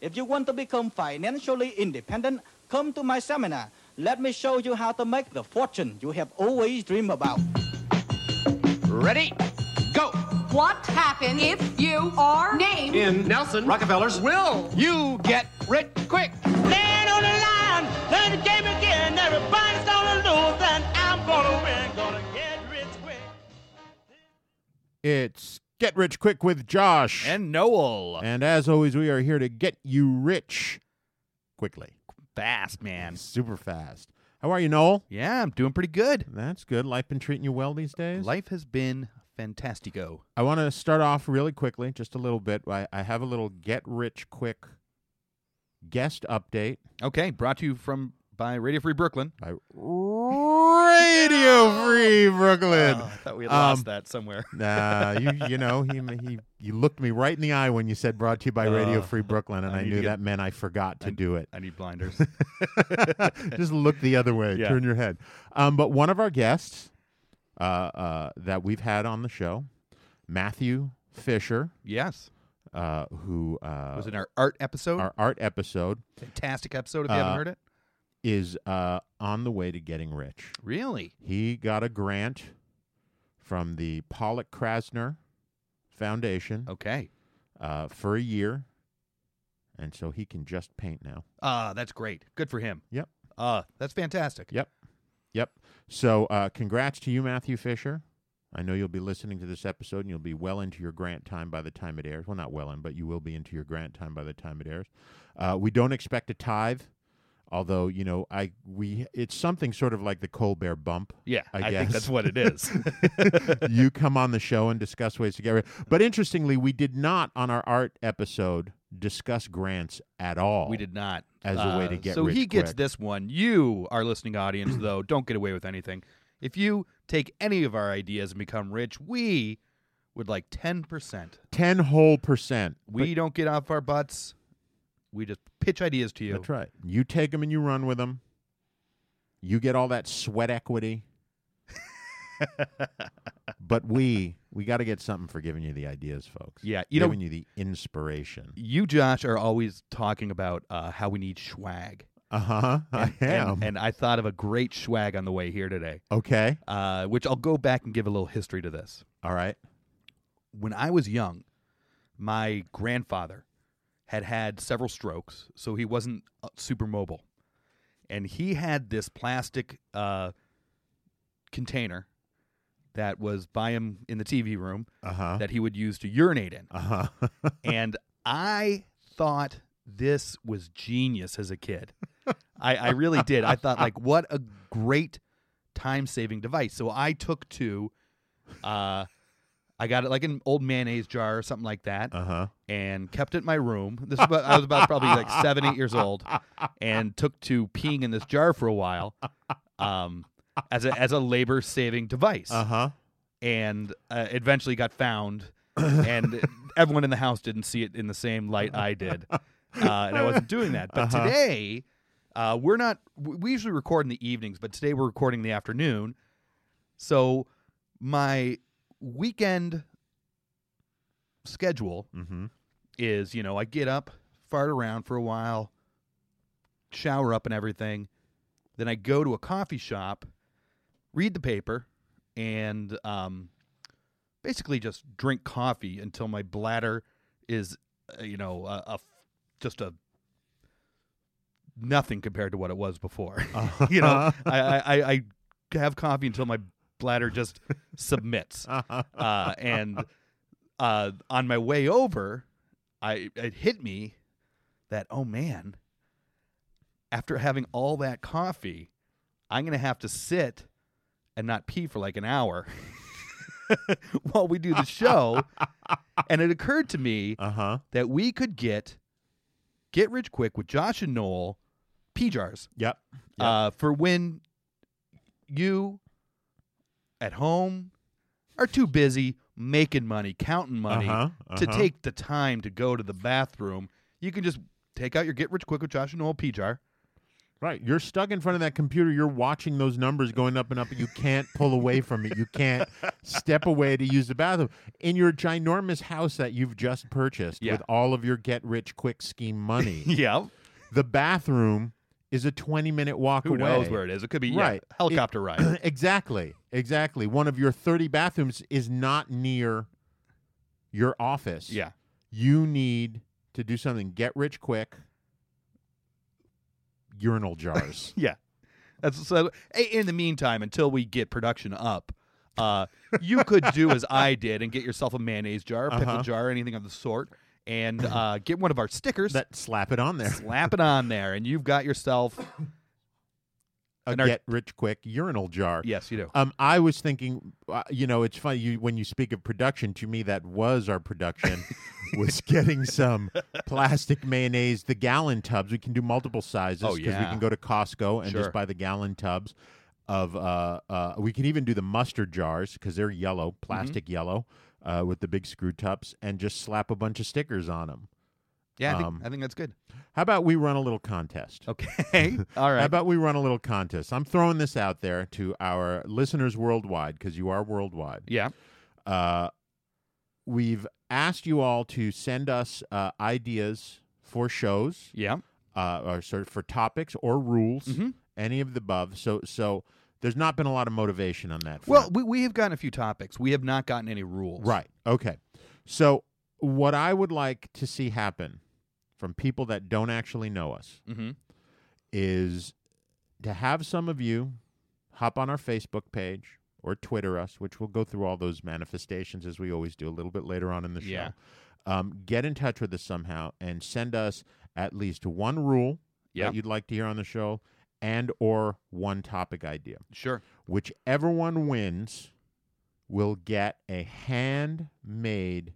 If you want to become financially independent, come to my seminar. Let me show you how to make the fortune you have always dreamed about. Ready? Go! What happens if you are named In Nelson Rockefeller's will, you get rich quick. Land on the line, play the game again. Everybody's gonna lose, and I'm gonna win. Gonna get rich quick. It's Get Rich Quick with Josh. And Noel. And as always, we are here to get you rich quickly, Fast, man. super fast. How are you, Noel? Yeah, I'm doing pretty good. That's good. Life been treating you well these days? Life has been fantastico. I want to start off really quickly, just a little bit. I, I have a little Get Rich Quick guest update Okay, brought to you from by Radio Free Brooklyn. by Radio Free Brooklyn. Oh, I thought we had Um, lost that somewhere. Nah, you you know he he you looked me right in the eye when you said brought to you by Radio Uh, Free Brooklyn, and I I, need to knew get- that meant I forgot to I- do it. I need blinders. Just look the other way, Yeah. turn your head. Um, but one of our guests uh, uh, that we've had on the show, Matthew Fisher, yes. uh, who uh, was in our art episode. our art episode, Fantastic episode if you Uh, haven't heard it. is uh, on the way to getting rich. Really? He got a grant from the Pollock Krasner Foundation. Okay. uh, for a year, and so he can just paint now. Ah, that's great. Good for him. Yep. Ah, that's fantastic. Yep, yep. So, uh, congrats to you, Matthew Fisher. I know you'll be listening to this episode, and you'll be well into your grant time by the time it airs. Well, not well in, but you will be into your grant time by the time it airs. Uh, we don't expect a tithe, although you know, I we it's something sort of like the Colbert bump. Yeah, I I, think guess. that's what it is. you come on the show and discuss ways to get rid. But interestingly, we did not on our art episode discuss grants at all. we did not uh, As a way to get So rich he gets quick. this one. You, our listening audience, though, don't get away with anything. If you take any of our ideas and become rich, we would like ten percent. ten whole percent. We don't get off our butts. We just pitch ideas to you. That's right. You take them and you run with them. You get all that sweat equity. but we we got to get something for giving you the ideas, folks. Yeah, you know- giving you the inspiration. You, Josh, are always talking about uh, how we need swag. Uh huh. I And- am. and I thought of a great swag on the way here today. okay. uh, which I'll go back and give a little history to this. All right. When I was young, my grandfather had had several strokes, so he wasn't uh, super mobile. And he had this plastic uh, container that was by him in the TV room Uh huh. that he would use to urinate in. Uh huh. and I thought this was genius as a kid. I, I really did. I thought like, what a great time saving device. So I took to, uh, I got it like an old mayonnaise jar or something like that, Uh huh. and kept it in my room. This was about, I was about probably like seven, eight years old, and took to peeing in this jar for a while, um, as a as a labor saving device Uh huh. and uh, eventually got found and everyone in the house didn't see it in the same light i did uh, and i wasn't doing that but Uh-huh. today uh, we're not w- we usually record in the evenings but today we're recording in the afternoon so my weekend schedule Mm-hmm. is you know i get up fart around for a while shower up and everything then i go to a coffee shop read the paper and um, basically just drink coffee until my bladder is uh, you know a, a f- just a nothing compared to what it was before you Uh-huh. know I, I, I, I have coffee until my bladder just submits Uh-huh. uh, and uh, on my way over, I it hit me that oh man, after having all that coffee, I'm gonna have to sit and not pee for like an hour while we do the show. and it occurred to me Uh huh. that we could get get rich quick with Josh and Noel pee jars Yep. Yep. uh, for when you at home are too busy making money, counting money Uh-huh, to uh-huh. take the time to go to the bathroom. You can just take out your get rich quick with Josh and Noel pee jar, Right. You're stuck in front of that computer. You're watching those numbers going up and up, and you can't pull away from it. You can't step away to use the bathroom. In your ginormous house that you've just purchased Yeah. with all of your get rich quick scheme money, yeah. the bathroom is a 20 minute walk Who away. knows where it is? It could be yeah, Right. helicopter ride. exactly. Exactly. One of your 30 bathrooms is not near your office. Yeah. You need to do something get rich quick urinal jars. Yeah. That's so hey, in the meantime, until we get production up, uh, you could do as I did and get yourself a mayonnaise jar, pickle Uh-huh. jar, anything of the sort, and uh, get one of our stickers, that slap it on there. slap it on there, and you've got yourself a And our- get rich quick urinal jar. Yes, you do. Um, I was thinking, uh, you know, it's funny you when you speak of production. To me, that was our production was getting some plastic mayonnaise, the gallon tubs. We can do multiple sizes Oh, we yeah. can go to Costco and Sure. just buy the gallon tubs of. Uh, uh, we can even do the mustard jars because they're yellow, Mm-hmm. plastic yellow, uh, with the big screw tops, and just slap a bunch of stickers on them. Yeah, I think, um, I think that's good. How about we run a little contest? Okay. All How right. about we run a little contest? I'm throwing this out there to our listeners worldwide because you are worldwide. yeah. Uh, we've asked you all to send us uh, ideas for shows Yeah. uh, or sort of for topics or rules, Mhm. any of the above. So, so there's not been a lot of motivation on that. Well, front. we, we have gotten a few topics. We have not gotten any rules. Right. Okay. So, what I would like to see happen from people that don't actually know us Mm-hmm. is to have some of you hop on our Facebook page or Twitter us, which we'll go through all those manifestations as we always do a little bit later on in the show. Yeah. Um, get in touch with us somehow and send us at least one rule Yeah. that you'd like to hear on the show and or one topic idea. Sure. Whichever one wins will get a handmade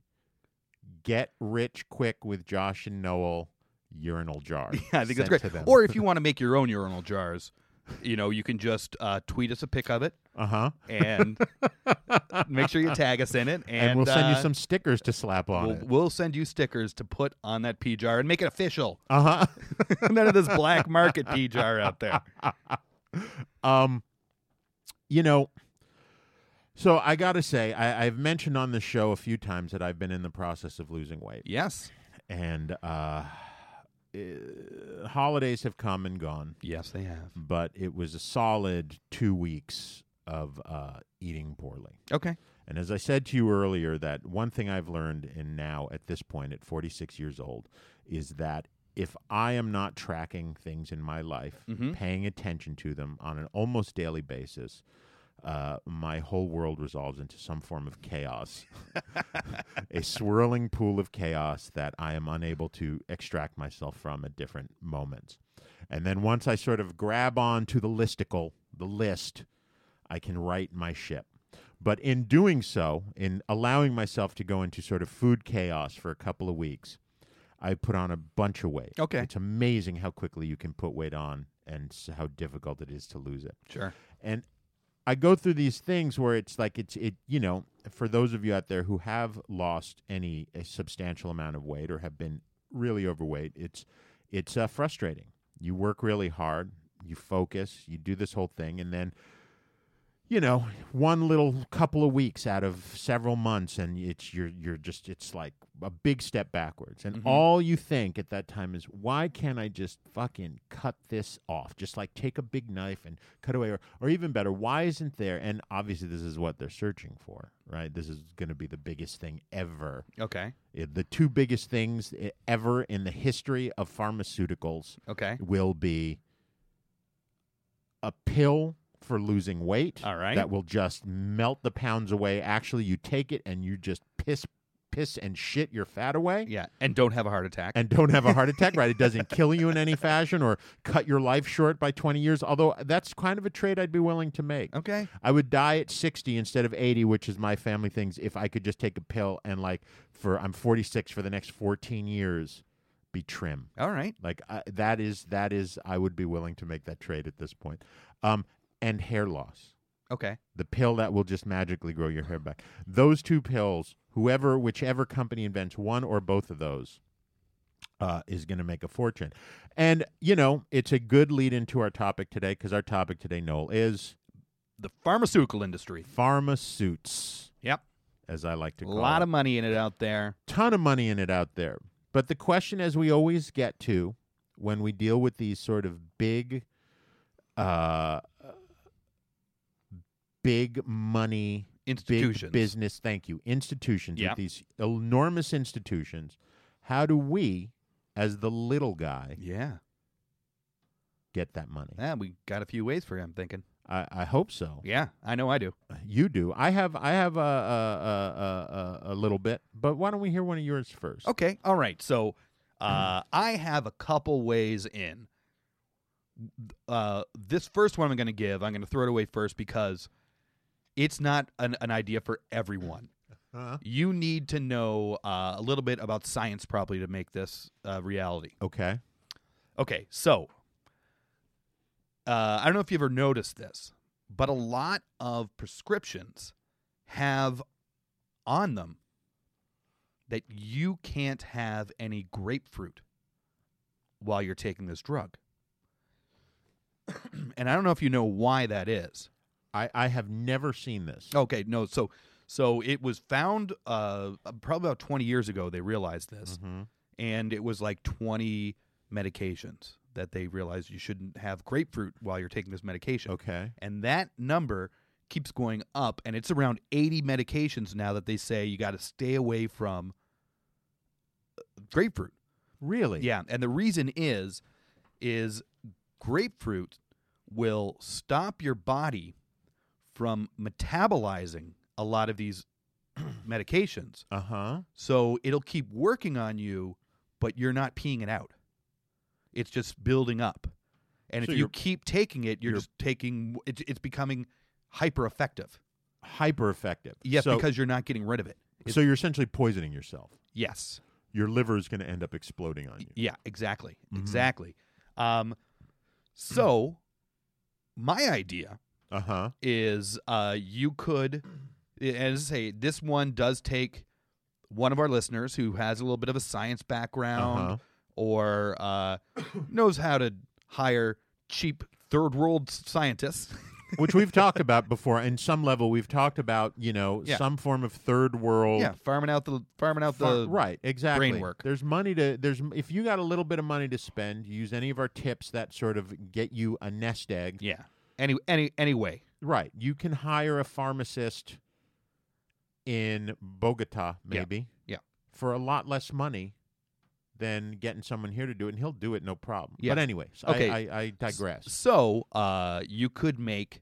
get rich quick with Josh and Noel urinal I jar. think sent that's to great. them. Or if you want to make your own urinal jars, you know, you can just uh, tweet us a pic of it uh-huh. and make sure you tag us in it. And, and, we'll send you uh, some stickers to slap on We'll, it. we'll send you stickers to put on that P jar and make it official. Uh None of this black market P jar out there. huh. Um, you know, so I gotta say, I, I've mentioned on the show a few times that I've been in the process of losing weight, Yes. and uh, eh, holidays have come and gone, Yes, they have. but it was a solid two weeks of uh, eating poorly. Okay. And as I said to you earlier, that one thing I've learned, and now at this point, at 46 years old, is that if I am not tracking things in my life, Mhm. paying attention to them on an almost daily basis, uh, my whole world resolves into some form of chaos, a swirling pool of chaos that I am unable to extract myself from at different moments. And then once I sort of grab on to the listicle, the list, I can right my ship. But in doing so, in allowing myself to go into sort of food chaos for a couple of weeks, I put on a bunch of weight. Okay. It's amazing how quickly you can put weight on and s- how difficult it is to lose it. Sure. And I go through these things where it's like it's it you know for those of you out there who have lost any a substantial amount of weight or have been really overweight, it's it's uh, frustrating. You work really hard, you focus, you do this whole thing, and then you know one little couple of weeks out of several months, and it's you're you're just it's like a big step backwards, and all you think at that time is why can't I just fucking cut this off? Just like take a big knife and cut away, or or even better, why isn't there? And obviously, this is what they're searching for, right? This is going to be the biggest thing ever Okay. uh, the two biggest things uh, ever in the history of pharmaceuticals Okay. will be a pill for losing weight All right. that will just melt the pounds away actually you take it and you just piss piss and shit your fat away Yeah. And don't have a heart attack. and don't have a heart attack, right? It doesn't kill you in any fashion or cut your life short by 20 years, although that's kind of a trade I'd be willing to make. okay. I would die at 60 instead of 80, which is my family things, if I could just take a pill and, like, for I'm 46 for the next 14 years, be trim. All right. Like, I that is, that is, I would be willing to make that trade at this point. Um, and hair loss, Okay. the pill that will just magically grow your hair back. Those two pills, whoever, whichever company invents one or both of those, uh, is going to make a fortune. And, you know, it's a good lead into our topic today because our topic today, Noel, is The pharmaceutical industry. pharmasuits, Yep. as I like to A call lot it. of money in it out there. ton of money in it out there. But the question, as we always get to when we deal with these sort of big, uh, big money, Institutions. big business, thank you, institutions, Yeah. with these enormous institutions, how do we, as the little guy, Yeah. get that money? Yeah, we got a few ways for you, I'm thinking. I, I hope so. Yeah, I know I do. You do. I have. I have a, a, a, a, a little bit, but why don't we hear one of yours first? Okay. All right. So uh, I have a couple ways in. Uh, this first one I'm going to give, I'm going to throw it away first because it's not an, an idea for everyone. Uh-huh. You need to know uh, a little bit about science probably to make this uh, reality. Okay. Okay, so uh, I don't know if you ever noticed this, but a lot of prescriptions have on them that you can't have any grapefruit while you're taking this drug. and I don't know if you know why that is. I, I have never seen this. Okay, no, so so it was found uh, probably about 20 years ago they realized this Mhm. and it was like 20 medications that they realized you shouldn't have grapefruit while you're taking this medication. Okay. And that number keeps going up, and it's around 80 medications now that they say you got to stay away from uh, grapefruit. Really? Yeah, and the reason is is grapefruit will stop your body from metabolizing a lot of these medications. Uh huh. So it'll keep working on you, but you're not peeing it out. It's just building up. And So if you you're- keep taking it, you're, you're- just taking it's it's becoming hyper effective. Hyper effective. Yes, so, because you're not getting rid of it. It's- so you're essentially poisoning yourself. yes. Your liver is going to end up exploding on you. Yeah, exactly. Mm-hmm. Exactly. Um so my idea Uh huh. is uh you could and as I say this one does take one of our listeners who has a little bit of a science background Uh-huh. or uh, knows how to hire cheap third world scientists. Which we've talked about before. In some level, we've talked about you know Yeah. some form of third world. yeah, farming out the farming out far- the right, exactly. work. There's money to there's if you got a little bit of money to spend, use any of our tips that sort of get you a nest egg. Yeah. Any any anyway. Right. You can hire a pharmacist in Bogota, Yeah. maybe. Yeah. For a lot less money than getting someone here to do it, and he'll do it no problem. Yeah. But anyways, Okay. I, I, I digress. So uh, you could make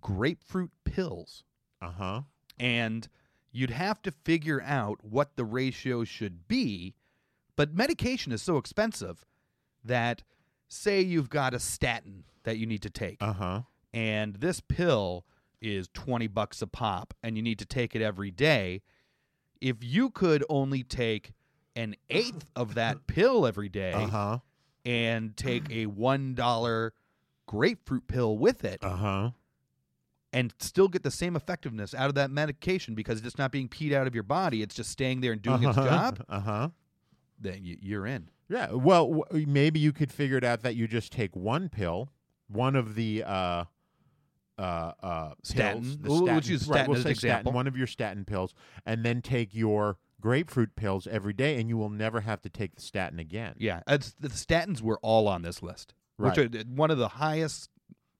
grapefruit pills, Uh huh. and you'd have to figure out what the ratio should be. But medication is so expensive that say you've got a statin that you need to take. Uh huh. and this pill is 20 bucks a pop and you need to take it every day if you could only take an eighth of that pill every day Uh huh. and take a one dollar grapefruit pill with it Uh huh. and still get the same effectiveness out of that medication because it's not being peed out of your body it's just staying there and doing its job Uh huh. then you- you're in Yeah. Well, w- uh, maybe you could figure it out that you just take one pill, one of the uh, uh, uh, pills, Statin. the We'll- we'll statin- use right, statin we'll as an say example. statin, one of your statin pills, and then take your grapefruit pills every day, and you will never have to take the statin again. yeah it's, the statins were all on this list which Right. are one of the highest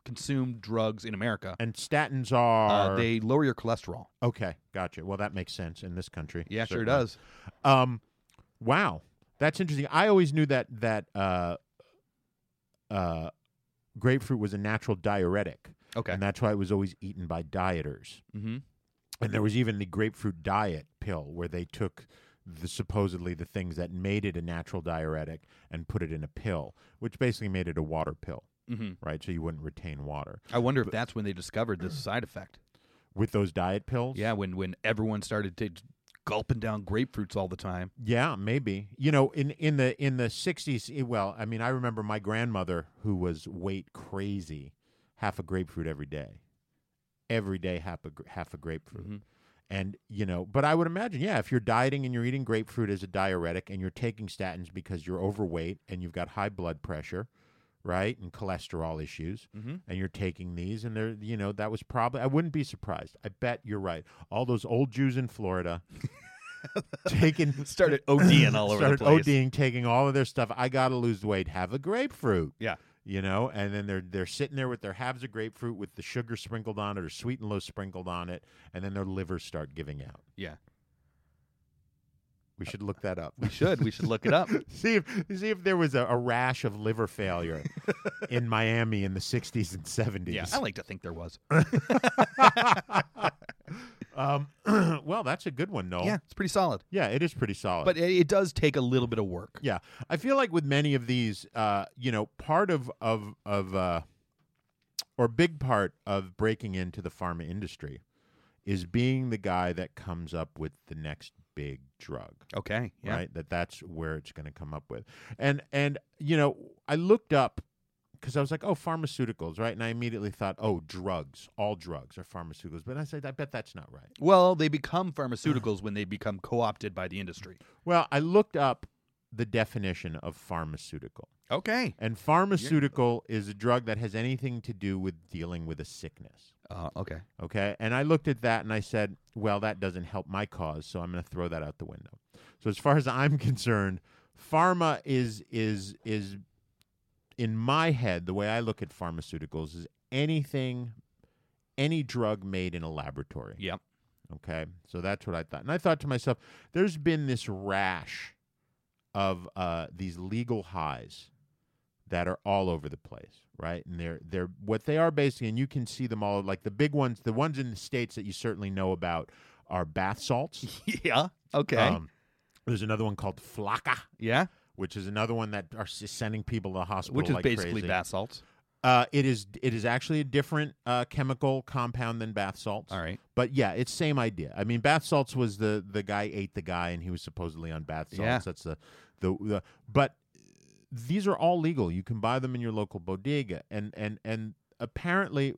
consumed drugs in america And statins uh, are they lower your cholesterol okay. Gotcha. Well, that makes sense in this country. Yeah, sure certainly. does. Um, wow, that's interesting. I always knew that that uh, uh, grapefruit was a natural diuretic, Okay. and that's why it was always eaten by dieters. Mm-hmm. And there was even the grapefruit diet pill where they took the supposedly the things that made it a natural diuretic and put it in a pill, which basically made it a water pill, Mm-hmm. right? So you wouldn't retain water I wonder if that's when they discovered this side effect. with those diet pills. Yeah, when when everyone started to gulping down grapefruits all the time. Yeah, maybe. You know, in in the in the sixties. eh, Well, I mean, I remember my grandmother who was weight Mm-hmm. crazy, half a grapefruit every day, every day half a gr- half a grapefruit, And, you know, but I would imagine, yeah, if you're dieting and you're eating grapefruit as a diuretic and you're taking statins because you're overweight and you've got high blood pressure, right, and cholesterol issues, Mm-hmm. and you're taking these, and they're, you know, that was probably, I wouldn't be surprised. I bet you're right. All those old Jews in Florida taking, Started ODing all over started the place. ODing, taking all of their stuff. I got to lose weight. Have a grapefruit Yeah. you know and then they're they're sitting there with their halves of grapefruit with the sugar sprinkled on it or sweet and low sprinkled on it and then their livers start giving out Yeah. we should look that up We should. We should look it up. see if see if there was a, a rash of liver failure in miami in the 60s and 70s Yeah. I like to think there was. um, well that's a good one noel Yeah. It's pretty solid. Yeah, it is pretty solid But it, it does take a little bit of work. Yeah, I feel like with many of these, uh, you know, part of of of uh, or big part of breaking into the pharma industry is being the guy that comes up with the next big drug, Okay. Yeah. right? That that's where it's going to come up with, and and you know, I looked up because I was like, oh, pharmaceuticals, right? And I immediately thought, oh, drugs, all drugs are pharmaceuticals, but I said, I bet that's not right. Well, they become pharmaceuticals when they become co-opted by the industry. Well, I looked up the definition of pharmaceutical. Okay. And pharmaceutical is a drug that has anything to do with dealing with a sickness. Uh, okay. Okay. And I looked at that and I said, well, that doesn't help my cause, so I'm going to throw that out the window. So as far as I'm concerned, pharma is is is in my head the way I look at pharmaceuticals is anything any drug made in a laboratory. Yep. Okay. So that's what I thought. And I thought to myself, there's been this rash of uh, these legal highs that are all over the place, right? And they're they're what they are basically, and you can see them all like the big ones, the ones in the States that you certainly know about are bath salts. yeah. Okay. Um, there's another one called Flaca, yeah. which is another one that are s- sending people to the hospital. Which is like basically crazy. bath salts. Uh, it is it is actually a different uh, chemical compound than bath salts. All right. But yeah, it's same idea. I mean, bath salts was the the guy ate the guy, and he was supposedly on bath salts. Yeah. That's the, the the but these are all legal. You can buy them in your local bodega, and and and apparently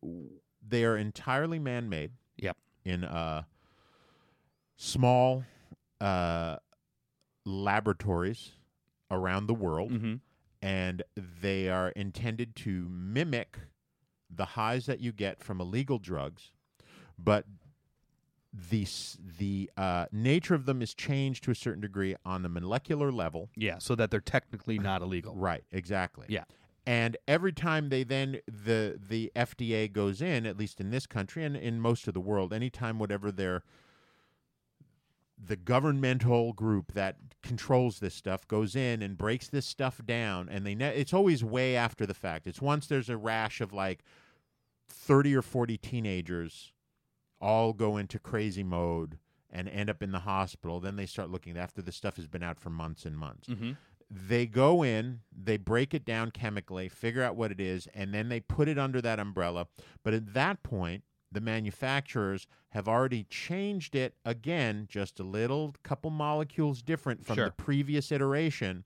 they are entirely man made. Yep. In uh, small uh, laboratories around the world, Mhm. and they are intended to mimic the highs that you get from illegal drugs, but the s- the uh, nature of them is changed to a certain degree on the molecular level. Yeah. So that they're technically not illegal. Right, exactly. Yeah. And every time they then the the FDA goes in, at least in this country and in most of the world, anytime whatever their the governmental group that controls this stuff goes in and breaks this stuff down, and they ne- it's always way after the fact. It's once there's a rash of like thirty or forty teenagers all go into crazy mode and end up in the hospital, then they start looking after the stuff has been out for months and months they go in, they break it down chemically, figure out what it is, and then they put it under that umbrella. But at that point, the manufacturers have already changed it again, just a little couple molecules different from Sure. the previous iteration,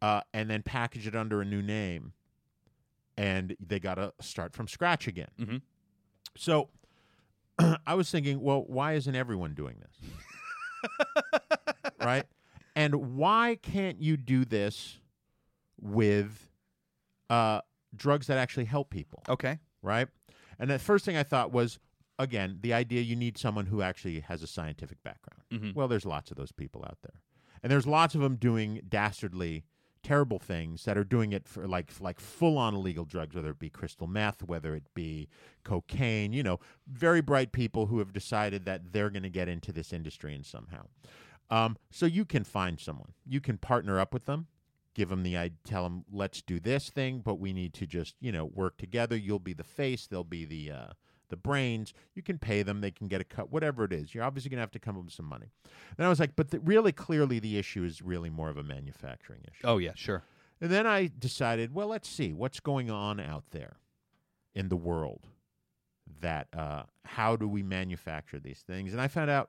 uh, and then package it under a new name. And they got to start from scratch again. Mhm. So I was thinking, well, why isn't everyone doing this? right? And why can't you do this with uh, drugs that actually help people? Okay. Right? And the first thing I thought was, again, the idea you need someone who actually has a scientific background. Mhm. Well, there's lots of those people out there. And there's lots of them doing dastardly, terrible things that are doing it for like like full on illegal drugs, whether it be crystal meth, whether it be cocaine, you know, very bright people who have decided that they're going to get into this industry and somehow. Um, so you can find someone, you can partner up with them, give them the I tell them let's do this thing, but we need to just you know work together. You'll be the face, they'll be the uh, the brains. You can pay them, they can get a cut, whatever it is. You're obviously going to have to come up with some money. Then I was like, but the, really clearly the issue is really more of a manufacturing issue. Oh yeah. Sure. And then I decided, well, let's see what's going on out there in the world. That uh, how do we manufacture these things? And I found out,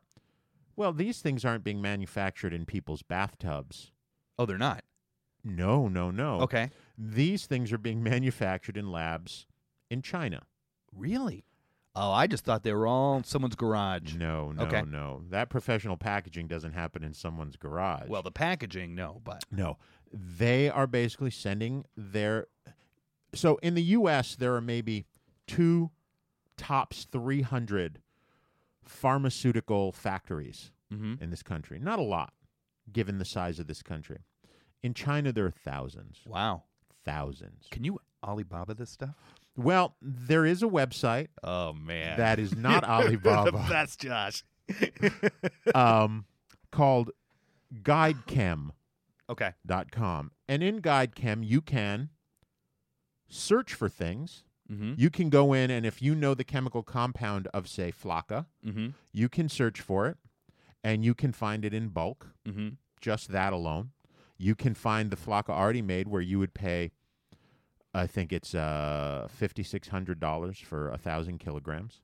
well, these things aren't being manufactured in people's bathtubs. Oh, they're not. No, no, no. Okay. These things are being manufactured in labs in China. Really? Oh, I just thought they were all in someone's garage. No, no, Okay. no. That professional packaging doesn't happen in someone's garage. Well, the packaging, no, but No, they are basically sending their. So in the U.S., there are maybe two tops 300 pharmaceutical factories Mhm. in this country. Not a lot, given the size of this country. In China, there are thousands, wow. thousands. Can you Alibaba this stuff? Well, there is a website Oh man, that is not Alibaba, That's Josh. um, called GuideChem. Okay. guidechem.com. And in GuideChem, you can search for things. Mm-hmm. You can go in, and if you know the chemical compound of, say, flaca, Mm-hmm. you can search for it and you can find it in bulk, Mm-hmm. just that alone. You can find the flaca already made where you would pay, I think it's uh, $5,600 for a 1,000 kilograms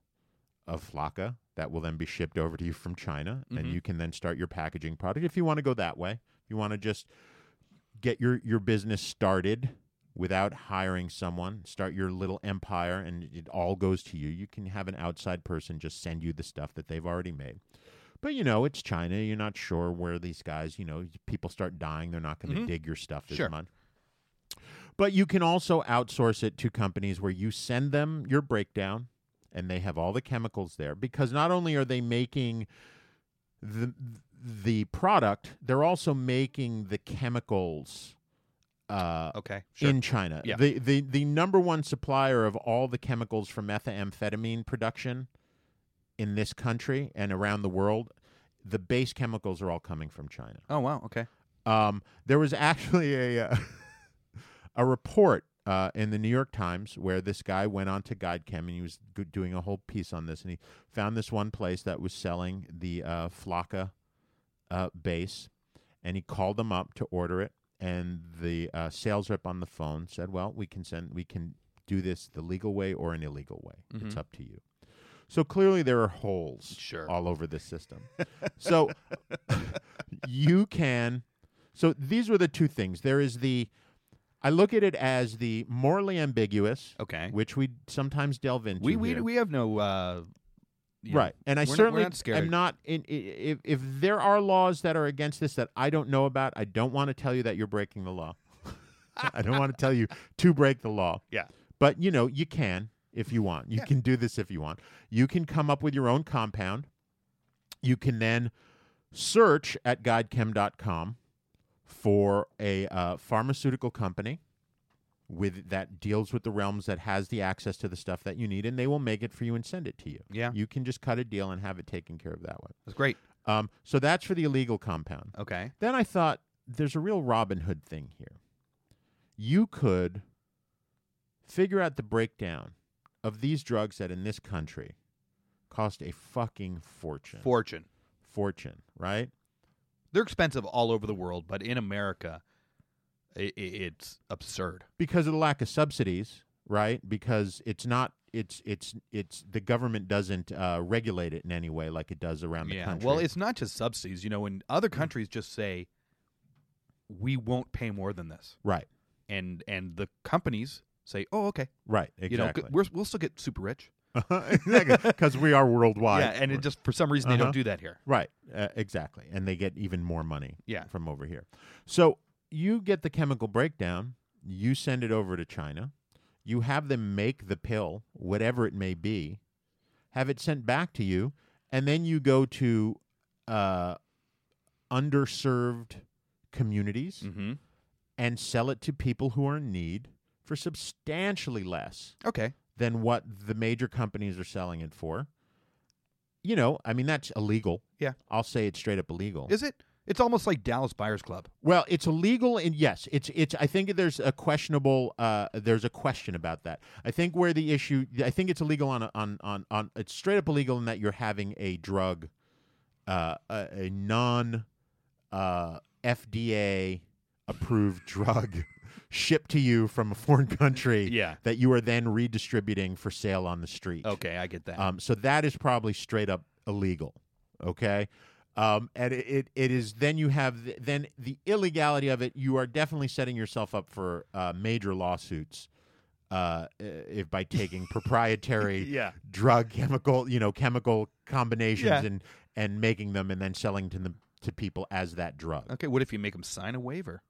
of flaca that will then be shipped over to you from China. And Mhm. you can then start your packaging product if you want to go that way. If you want to just get your your business started without hiring someone start your little empire and it all goes to you you can have an outside person just send you the stuff that they've already made but you know it's china you're not sure where these guys you know people start dying they're not going to Mhm. dig your stuff Sure. as much but you can also outsource it to companies where you send them your breakdown and they have all the chemicals there because not only are they making the the product, they're also making the chemicals uh, Okay. Sure. in China. Yeah. The, the the number one supplier of all the chemicals for methamphetamine production in this country and around the world, the base chemicals are all coming from China. oh wow. Okay. Um, there was actually a uh, a report uh, in the New York Times where this guy went on to GuideChem and he was g- doing a whole piece on this, and he found this one place that was selling the uh, Flocka uh, base, and he called them up to order it, and the uh, sales rep on the phone said, "Well, we can send, we can do this the legal way or an illegal way. It's up to you." So clearly, there are holes Sure. all over this system. so you can. So these were the two things. There is the. I look at it as the morally ambiguous, Okay. which we sometimes delve into. We we here. we have no. uh you know, right, and I we're not- we're certainly not scared. am not. In, i- if if there are laws that are against this that I don't know about, I don't want to tell you that you're breaking the law. I don't want to tell you to break the law. Yeah. But you know, you can if you want. You can do this if you want. You can come up with your own compound. You can then search at guidechem.com for a uh, pharmaceutical company with that deals with the realms that has the access to the stuff that you need, and they will make it for you and send it to you. Yeah. You can just cut a deal and have it taken care of that way. That's great. Um, so that's for the illegal compound. Okay. Then I thought there's a real Robin Hood thing here. You could figure out the breakdown of these drugs that in this country cost a fucking fortune. Fortune. fortune, right? They're expensive all over the world, but in America, i i it's absurd. Because of the lack of subsidies, right? Because it's not it's it's it's the government doesn't uh, regulate it in any way like it does around the yeah. country. Mm. Well, it's not just subsidies. You know, when other countries just say, "We won't pay more than this," right. and and the companies say, "Oh, okay." Right, You know, exactly. g- we're, we'll still get super rich. Because we are worldwide. yeah, and it just for some reason they Uh-huh. don't do that here. Right, uh, exactly. And they get even more money Yeah. from over here. So you get the chemical breakdown, you send it over to China, you have them make the pill, whatever it may be, have it sent back to you, and then you go to uh, underserved communities Mm-hmm. and sell it to people who are in need for substantially less Okay. than what the major companies are selling it for. You know, I mean that's illegal. Yeah. I'll say it's straight up illegal. Is it? It's almost like Dallas Buyers Club. well, it's illegal and yes, it's it's I think there's a questionable uh there's a question about that. I think where the issue I think it's illegal on a- on on on it's straight up illegal in that you're having a drug uh a, a non uh FDA approved drug shipped to you from a foreign country Yeah. that you are then redistributing for sale on the street. Okay, I get that. Um, so that is probably straight up illegal. Okay. Um, and it, it, it is then you have the, then the illegality of it. You are definitely setting yourself up for uh, major lawsuits uh, if by taking proprietary Yeah. drug chemical, you know, chemical combinations Yeah. and and making them and then selling to them to people as that drug. Okay, what if you make them sign a waiver?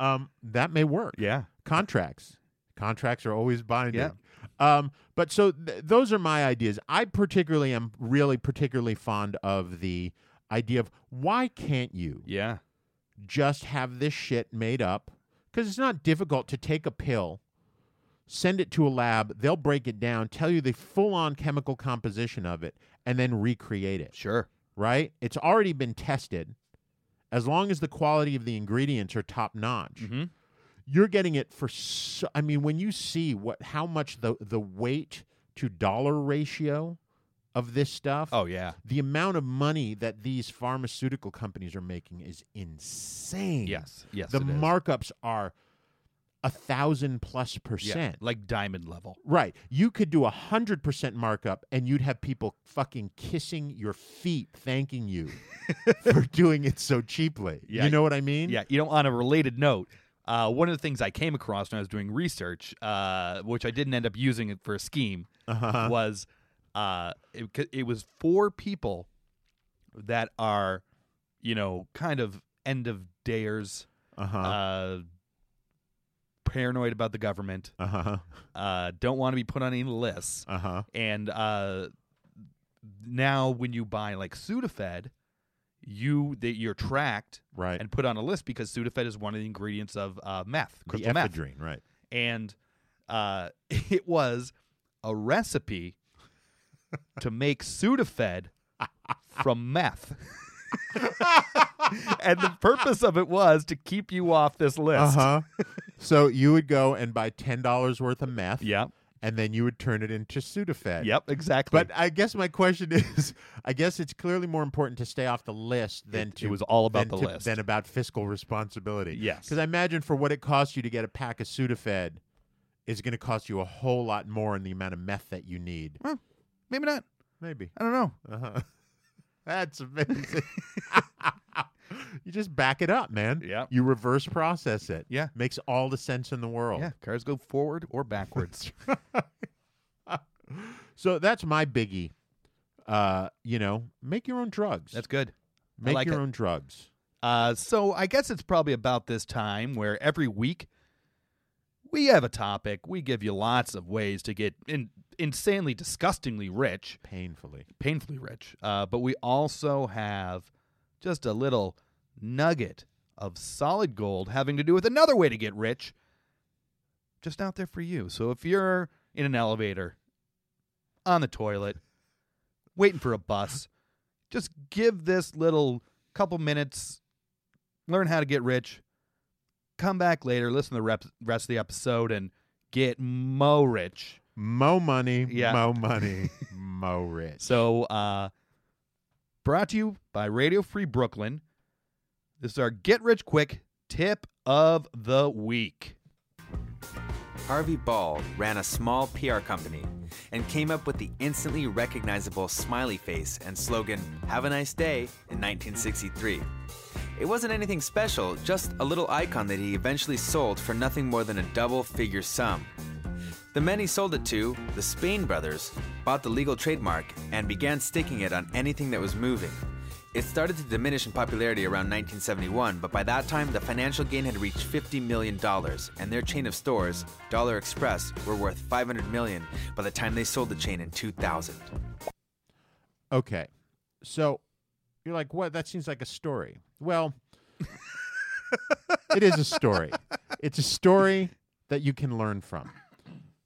Um, that may work. Yeah. contracts. Contracts are always binding. Yeah. Um, but so th- those are my ideas. I particularly am really particularly fond of the idea of why can't you Yeah. just have this shit made up? Because it's not difficult to take a pill, send it to a lab, they'll break it down, tell you the full on chemical composition of it, and then recreate it Sure. right? It's already been tested. As long as the quality of the ingredients are top notch, Mhm. you're getting it for. So, I mean, when you see what how much the the weight to dollar ratio of this stuff, Oh yeah. the amount of money that these pharmaceutical companies are making is insane. Yes. Yes. the it is. markups are a thousand plus Yeah, percent. like diamond level. Right. You could do a hundred percent markup and you'd have people fucking kissing your feet thanking you for doing it so cheaply. Yeah. You know what I mean? Yeah, you know, on a related note, uh, one of the things I came across when I was doing research, uh, which I didn't end up using it for a scheme, Uh-huh. was uh, it, c- it was four people that are, you know, kind of end of dayers, Uh-huh. uh, paranoid about the government, uh-huh. uh, don't want to be put on any lists, Uh-huh. and uh, now when you buy like Sudafed, you that you're tracked Right. and put on a list because Sudafed is one of the ingredients of uh, meth, the crystal meth, ephedrine, right. and uh, it was a recipe to make Sudafed from meth. and the purpose of it was to keep you off this list. Uh-huh. so you would go and buy ten dollars worth of meth. Yep. And then you would turn it into Sudafed. Yep. Exactly. But I guess my question is, I guess it's clearly more important to stay off the list than It- to it was all about than the to- list. than about fiscal responsibility. Yes. because I imagine for what it costs you to get a pack of Sudafed is going to cost you a whole lot more in the amount of meth that you need. maybe not. Maybe I don't know. uh-huh. that's amazing. you just back it up, man. Yep. you reverse process it. Yeah. makes all the sense in the world. Yeah, cars go forward or backwards. So that's my biggie. Uh, you know, make your own drugs. That's good. I Make like your it. own drugs. Uh, so I guess it's probably about this time where every week we have a topic. We give you lots of ways to get in, insanely, disgustingly rich, Painfully. painfully rich. Uh, but we also have just a little nugget of solid gold having to do with another way to get rich, just out there for you. So if you're in an elevator, on the toilet, waiting for a bus, just give this little couple minutes, learn how to get rich, come back later, listen to the rep- rest of the episode, and get mo rich. Mo money. Yeah. Mo money. mo rich. So, uh, brought to you by Radio Free Brooklyn. This is our Get Rich Quick tip of the week. Harvey Ball ran a small PR company and came up with the instantly recognizable smiley face and slogan, Have a Nice Day, in 1963. It wasn't anything special, just a little icon that he eventually sold for nothing more than a double figure sum. The men he sold it to, the Spain brothers, bought the legal trademark and began sticking it on anything that was moving. It started to diminish in popularity around 1971, but by that time the financial gain had reached $50 million, and their chain of stores, Dollar Express, were worth $500 million by the time they sold the chain in 2000. Okay. So you're like, what? That seems like a story. Well, it is a story. It's a story that you can learn from.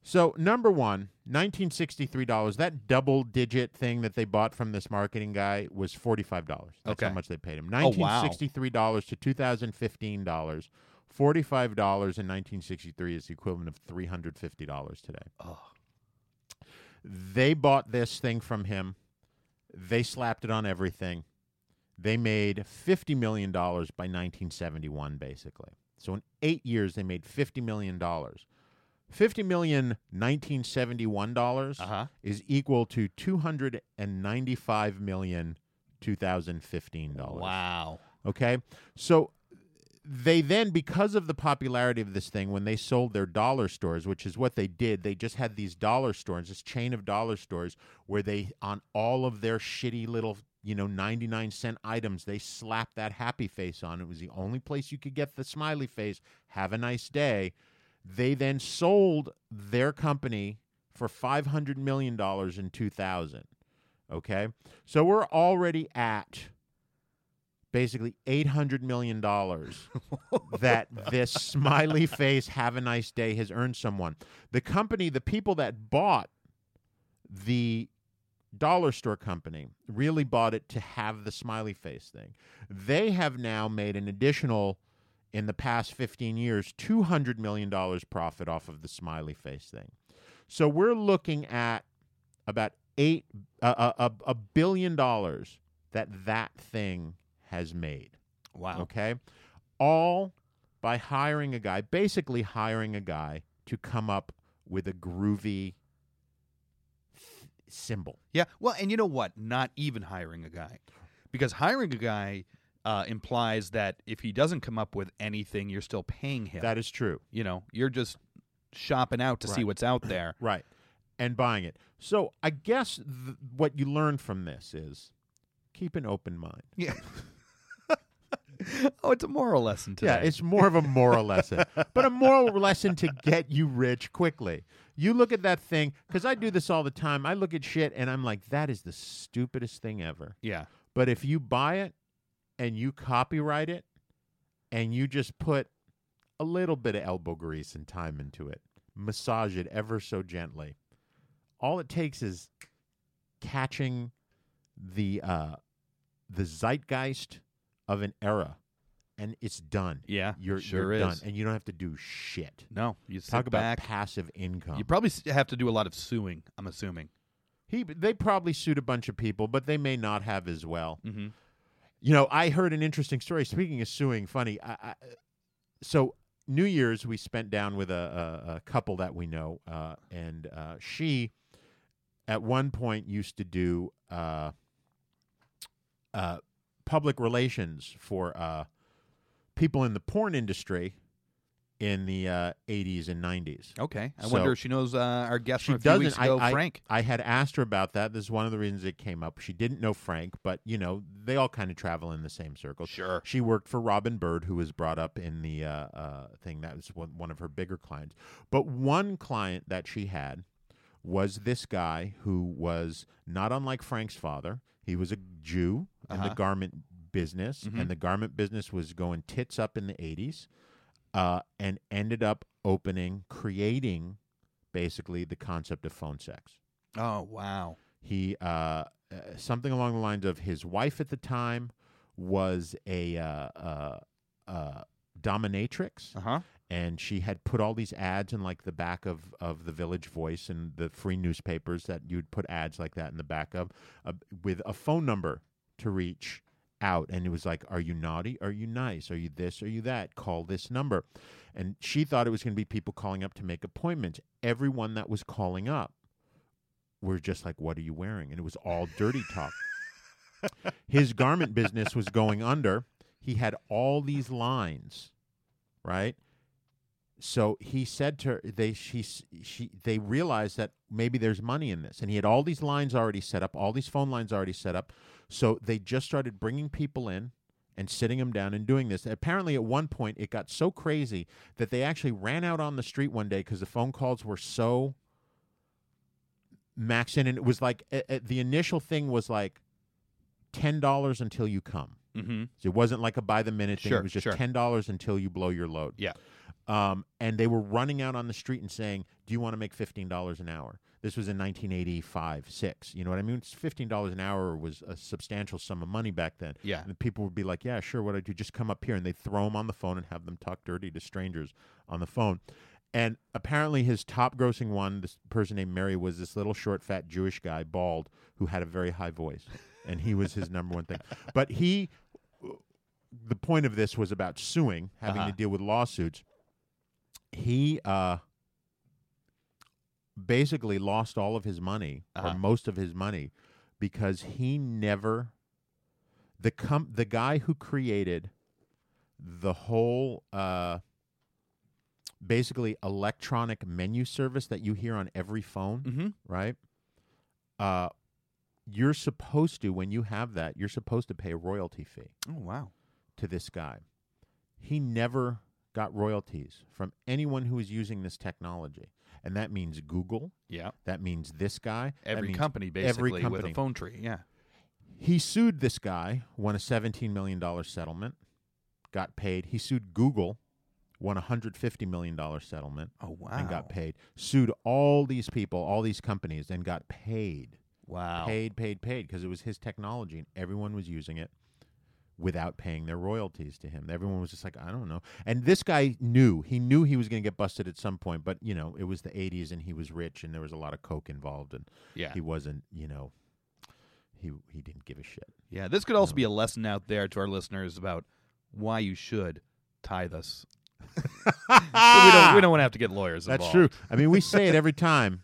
So, number one, $1963, that double digit thing that they bought from this marketing guy was $45. That's Okay. how much they paid him. Oh, wow. $1963 to $2015. $45 in 1963 is the equivalent of $350 today. They bought this thing from him. They slapped it on everything. They made $50 million by 1971, basically. So in eight years, they made $50 million. $50 million 1971 dollars Uh-huh. is equal to Oh, $295 million 2015 dollars. Wow. Okay. So they then, because of the popularity of this thing, when they sold their dollar stores, which is what they did, they just had these dollar stores, this chain of dollar stores, where they, on all of their shitty little, you know, 99 cent items, they slapped that happy face on. It was the only place you could get the smiley face. Have a nice day. They then sold their company for $500 million in 2000. Okay. So we're already at basically $800 million that this smiley face, have a nice day, has earned someone. The company, the people that bought the dollar store company really bought it to have the smiley face thing. They have now made an additional in the past 15 years 200 million dollars profit off of the smiley face thing. So we're looking at about 8 uh, a, a billion dollars that that thing has made. Wow. Okay? All by hiring a guy, basically hiring a guy to come up with a groovy th- symbol. Yeah. Well, and you know what? Not even hiring a guy, because hiring a guy uh, implies that if he doesn't come up with anything, you're still paying him. That is true. you know, you're just shopping out to see Right. what's out there. Right. And buying it. So I guess th- what you learn from this is keep an open mind. yeah. oh, it's a moral lesson today. Yeah, it's more of a moral lesson, but a moral lesson to get you rich quickly. You look at that thing, because I do this all the time. I look at shit and I'm like, that is the stupidest thing ever. yeah. But if you buy it and you copyright it and you just put a little bit of elbow grease and time into it, massage it ever so gently, all it takes is catching the uh, the zeitgeist of an era, and it's done. Yeah, you're sure you're is. done, and you don't have to do shit. No, you sit Talk about back. passive income. you probably s- have to do a lot of suing. I'm assuming. he they probably sued a bunch of people, but they may not have as well. Mhm. You know, I heard an interesting story. Speaking of suing, funny. I, I, so New Year's, we spent down with a, a, a couple that we know, uh, and uh, she, at one point, used to do uh, uh, public relations for uh, people in the porn industry in the uh, 80s and 90s. Okay. I So- wonder if she knows uh, our guest from a few weeks ago, I, Frank. I, I had asked her about that. This is one of the reasons it came up. She didn't know Frank, but you know they all kind of travel in the same circles. Sure. She worked for Robin Bird, who was brought up in the uh, uh, thing that was one, one of her bigger clients. But one client that she had was this guy who was not unlike Frank's father. He was a Jew in the garment business, and the garment business was going tits up in the '80s, uh, and ended up opening, creating basically the concept of phone sex. oh wow. He uh, uh, something along the lines of his wife at the time was a uh, uh, uh, dominatrix, Uh huh. and she had put all these ads in like the back of of the Village Voice and the free newspapers that you'd put ads like that in the back of uh, with a phone number to reach out and it was like are you naughty are you nice are you this are you that call this number and she thought it was going to be people calling up to make appointments everyone that was calling up were just like what are you wearing and it was all dirty talk his garment business was going under he had all these lines right so he said to her they she she they realized that maybe there's money in this and he had all these lines already set up all these phone lines already set up so they just started bringing people in and sitting them down and doing this apparently at one point it got so crazy that they actually ran out on the street one day because the phone calls were so maxed in and it was like a- a- the initial thing was like $10 until you come Mm-hmm. so it wasn't like a by the minute thing. Sure, it was just sure. ten dollars until you blow your load. Yeah. Um, and they were running out on the street and saying, "Do you want to make fifteen dollars an hour?" This was in 1985, six. You know what I mean? Fifteen dollars an hour was a substantial sum of money back then. Yeah. And people would be like, "Yeah, sure. What do I do? Just come up here." And they'd throw him on the phone and have them talk dirty to strangers on the phone. And apparently, his top-grossing one, this person named Mary, was this little short, fat Jewish guy, bald, who had a very high voice, and he was his number one thing. But he the point of this was about suing, having Uh-huh. to deal with lawsuits. He uh, basically lost all of his money Uh-huh. or most of his money because he never the com- the guy who created the whole uh, basically electronic menu service that you hear on every phone, Mhm. right? Uh, you're supposed to, when you have that, you're supposed to pay a royalty fee Oh wow. to this guy. He never got royalties from anyone who was using this technology. And that means Google. Yeah. That means this guy. that Every means company basically every company. with a phone tree. Yeah. He sued this guy, won a $17 million settlement, got paid. He sued Google, won a $150 million settlement, Oh wow. and got paid. Sued all these people, all these companies, and got paid. Wow. Paid, paid, paid, because it was his technology and everyone was using it without paying their royalties to him. Everyone was just like, I don't know. And this guy knew. He knew he was going to get busted at some point, but, you know, it was the 80s and he was rich and there was a lot of coke involved and Yeah. he wasn't, you know, he, he didn't give a shit. Yeah. This could also be Oh. a lesson out there to our listeners about why you should tithe us. But we don't. We don't want to have to get lawyers. That's true. involved. I mean, we say it every time.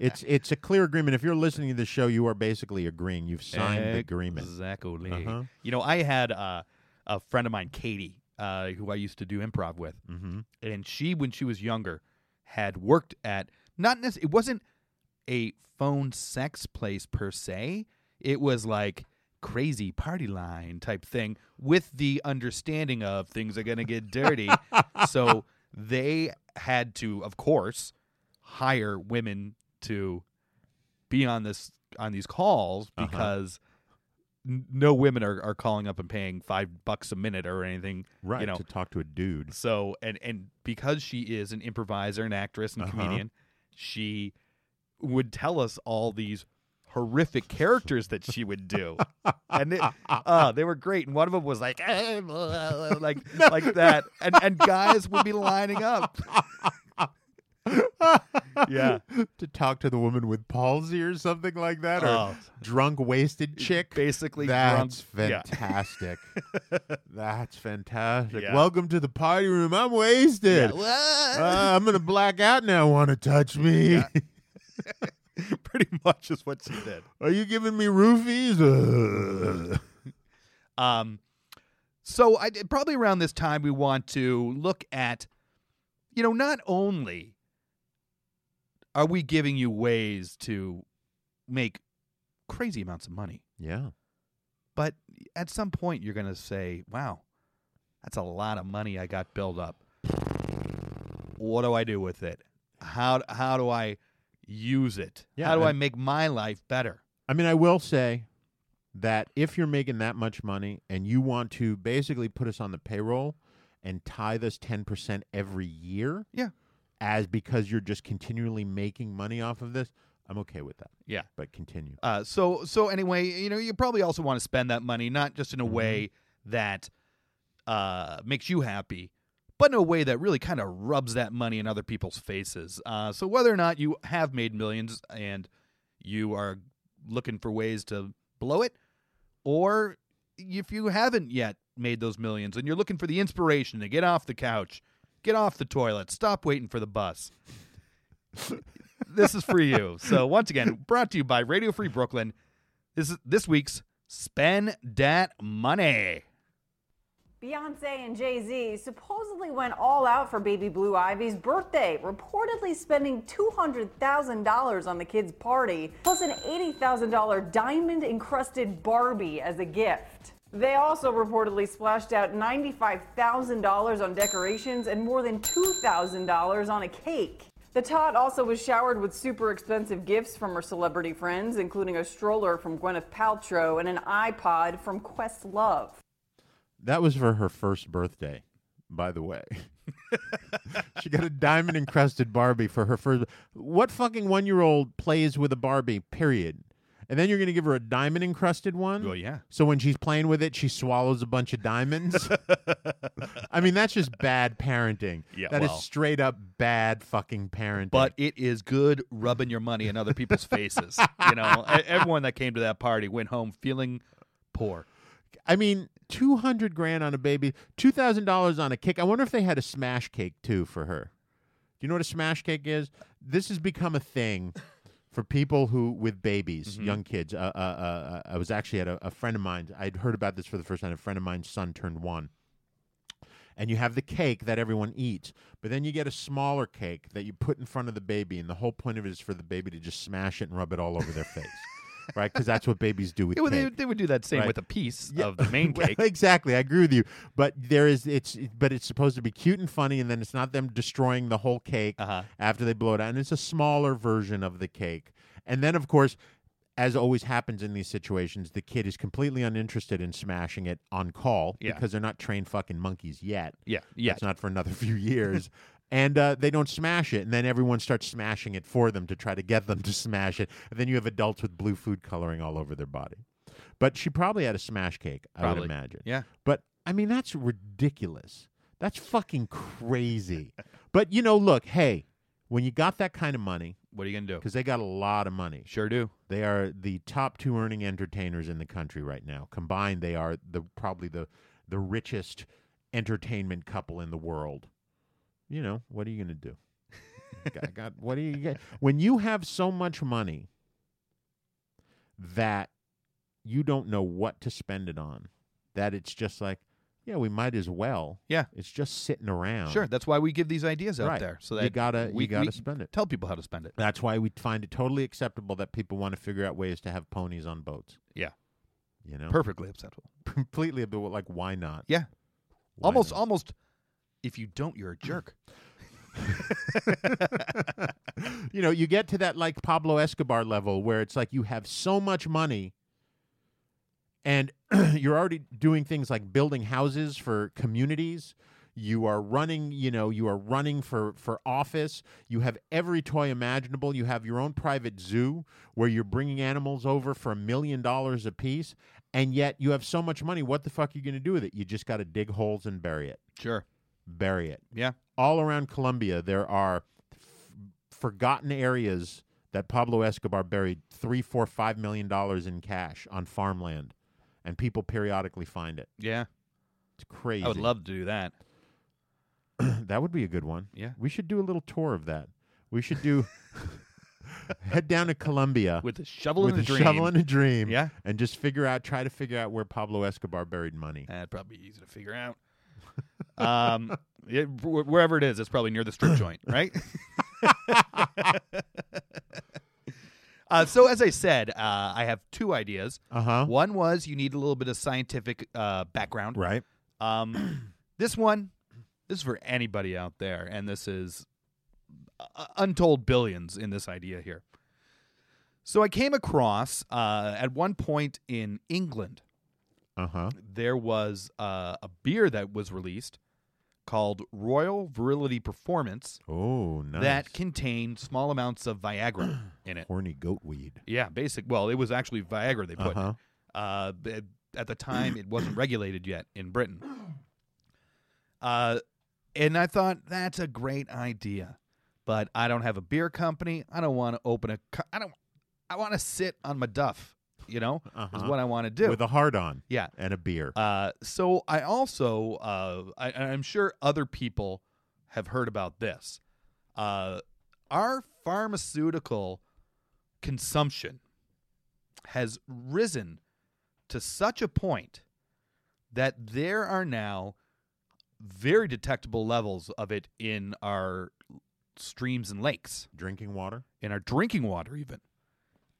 It's it's a clear agreement. If you're listening to the show, you are basically agreeing. You've signed the agreement. Exactly. Uh-huh. You know, I had uh, a friend of mine, Katie, uh, who I used to do improv with, Mhm. and she, when she was younger, had worked at not necessarily. It wasn't a phone sex place per se. It was like crazy party line type thing with the understanding of things are going to get dirty. so they had to, of course, hire women to be on this on these calls Uh-huh. because n- no women are, are calling up and paying five bucks a minute or anything. Right. You know, to talk to a dude. so and and because she is an improviser, an actress, and Uh-huh. comedian, she would tell us all these horrific characters that she would do, and it, uh, they were great. And one of them was like "Eh, like like that, and and guys would be lining up. yeah, to talk to the woman with palsy or something like that, or Oh. drunk wasted chick. basically drunk- that's yeah. fantastic. that's fantastic. Yeah. Welcome to the party room. I'm wasted. Uh, I'm gonna black out now. Want to touch me? pretty much is what she did. Are you giving me roofies? Ugh. Um, so I probably around this time we want to look at, you know, not only are we giving you ways to make crazy amounts of money, yeah. but at some point you're going to say, "Wow, that's a lot of money I got built up. What do I do with it? How how do I use it? Yeah, how do I and- make my life better?" I mean, I will say that if you're making that much money and you want to basically put us on the payroll and tithe us 10% every year Yeah. as because you're just continually making money off of this, I'm okay with that. Yeah. But continue. Uh, so so anyway, you know, you probably also want to spend that money not just in a way that uh, makes you happy, but in a way that really kind of rubs that money in other people's faces. Uh, so whether or not you have made millions and you are looking for ways to blow it, or if you haven't yet made those millions and you're looking for the inspiration to get off the couch, get off the toilet, stop waiting for the bus this is for you. So once again, brought to you by Radio Free Brooklyn. This is this week's Spend Dat Money. Beyonce and Jay Z supposedly went all out for baby Blue Ivy's birthday, reportedly spending $200,000 on the kid's party, plus an $80,000 diamond encrusted Barbie as a gift. They also reportedly splashed out $95,000 on decorations and more than $2,000 on a cake. The tot also was showered with super expensive gifts from her celebrity friends, including a stroller from Gwyneth Paltrow and an iPod from Questlove. That was for her first birthday, by the way. she got a diamond encrusted Barbie for her first. What fucking one year old plays with a Barbie, period? And then you're going to give her a diamond encrusted one? Well, yeah. So when she's playing with it, she swallows a bunch of diamonds? I mean, that's just bad parenting. Yeah, That is well. straight up bad fucking parenting. But it is good rubbing your money in other people's faces. You know, E- everyone that came to that party went home feeling poor. I mean, 200 grand on a baby, $2,000 on a cake. I wonder if they had a smash cake too for her. Do you know what a smash cake is? This has become a thing for people who with babies, young kids. Uh, uh, uh, uh, I was actually at a, a friend of mine. I'd heard about this for the first time. A friend of mine's son turned one. and you have the cake that everyone eats. But then you get a smaller cake that you put in front of the baby, and the whole point of it is for the baby to just smash it and rub it all over their face, right? Because that's what babies do with It would- they, cake. they would do that same Right. with a piece Yeah. of the main Well, cake. exactly, I agree with you. But there is it's it- but it's supposed to be cute and funny, and then it's not them destroying the whole cake Uh-huh. after they blow it out, and it's a smaller version of the cake. And then, of course, as always happens in these situations, the kid is completely uninterested in smashing it on call Yeah. because they're not trained fucking monkeys yet. Yeah, yeah. It's not for another few years. And uh, they don't smash it, and then everyone starts smashing it for them to try to get them to smash it. And then you have adults with blue food coloring all over their body. But she probably had a smash cake, I Probably. would imagine. Yeah. But I mean, that's ridiculous. That's fucking crazy. but you know, look, hey, when you got that kind of money, What are you gonna do? because they got a lot of money, Sure do. they are the top two earning entertainers in the country right now. Combined, they are the probably the the richest entertainment couple in the world. You know, what are you going to do? God, God, what do you get when you have so much money that you don't know what to spend it on? That it's just like, yeah, we might as well. Yeah. it's just sitting around. Sure. That's why we give these ideas out Oh. Right. there. So You that gotta- we, you gotta we spend it. Tell people how to spend it. That's why we find it totally acceptable that people want to figure out ways to have ponies on boats. Yeah. You know, Perfectly acceptable. completely ab- like why not Yeah. Why almost, not? almost. If you don't, you're a jerk. you know you get to that like pablo escobar level where it's like you have so much money and you're already doing things like building houses for communities you are running you know you are running for for office you have every toy imaginable you have your own private zoo where you're bringing animals over for a million dollars a piece and yet you have so much money what the fuck are you going to do with it you just got to dig holes and bury it Sure. bury it Yeah. all around Colombia, there are f- forgotten areas that Pablo Escobar buried three, four, five million dollars in cash on farmland, and people periodically find it. Yeah. It's crazy. I would love to do that. that. Would be a good one. Yeah. we should do a little tour of that. We should do head down to Colombia With a shovel with and a, dream. shovel and a dream. Yeah. and just figure out, try to figure out where Pablo Escobar buried money. That'd probably be easy to figure out. Um, yeah, wh- wherever it is, it's probably near the strip joint, right? uh, so, as I said, uh, I have two ideas. Uh-huh. One was you need a little bit of scientific uh, background. Right. Um, this one, this is for anybody out there, and this is uh, untold billions in this idea here. So I came across uh, at one point in England, Uh huh. there was uh, a beer that was released called Royal Virility Performance Oh, nice. that contained small amounts of Viagra in it. horny goat weed. Yeah, basic. Well, it was actually Viagra they put. in it. Uh-huh. Uh, b- at the time, it wasn't regulated yet in Britain. Uh, and I thought that's a great idea, but I don't have a beer company. I don't want to open a. Co- I don't. I want to sit on my duff. You know, is Uh-huh. what I want to do. with a hard on. yeah. and a beer. Uh, so I also, uh, I, and I'm sure other people have heard about this. Uh, our pharmaceutical consumption has risen to such a point that there are now very detectable levels of it in our streams and lakes Drinking water. in our drinking water even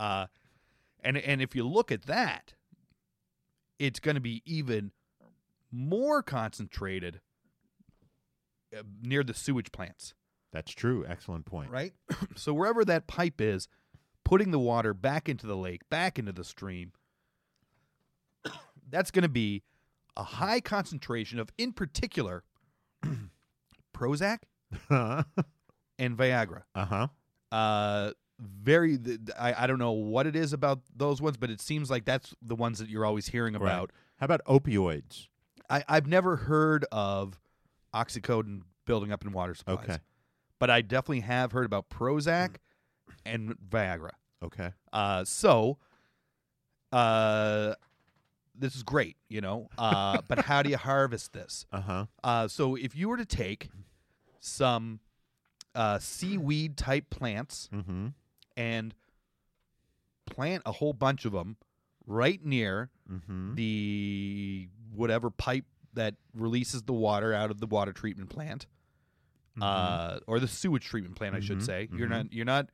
uh and and if you look at that it's going to be even more concentrated uh, near the sewage plants That's true. Excellent point. right so wherever that pipe is putting the water back into the lake back into the stream that's going to be a high concentration of in particular prozac uh and viagra huh. uh very th- th- I, I don't know what it is about those ones but it seems like that's the ones that you're always hearing about How about opioids? I, i've never heard of oxycodone building up in water supplies Okay. but i definitely have heard about prozac and viagra Okay. uh, so uh, this is great you know uh, but how do you harvest this Uh huh. uh, so if you were to take some uh, seaweed type plants Mm-hmm. and plant a whole bunch of them right near Mm-hmm. the whatever pipe that releases the water out of the water treatment plant, uh, or the sewage treatment plant, I should say. You're not you're not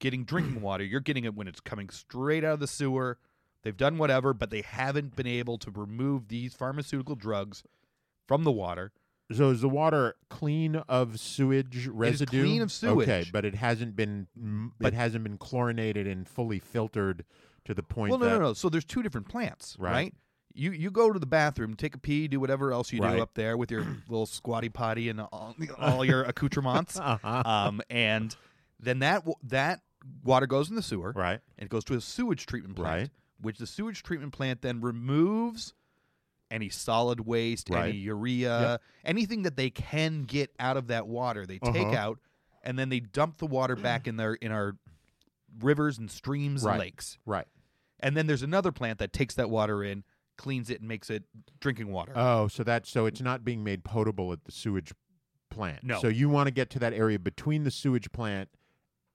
getting drinking water. You're getting it when it's coming straight out of the sewer. They've done whatever, but they haven't been able to remove these pharmaceutical drugs from the water. So is the water clean of sewage residue? clean of sewage. Okay, but it hasn't been mm, it hasn't been chlorinated and fully filtered to the point Well, no, no, that no. So there's two different plants, right? Right. You you go to the bathroom, take a pee, do whatever else you Right. do up there with your little squatty potty and all, all your accoutrements, Uh-huh. um, and then that wa- that water goes in the sewer, Right. And it goes to a sewage treatment plant, Right. which the sewage treatment plant then removes any solid waste, Right. any urea, anything that they can get out of that water, they Uh-huh. take out, and then they dump the water back in their in our rivers and streams Right. and lakes. Right. And then there's another plant that takes that water in, cleans it, and makes it drinking water. Oh, so that so it's not being made potable at the sewage plant. No. So you want to get to that area between the sewage plant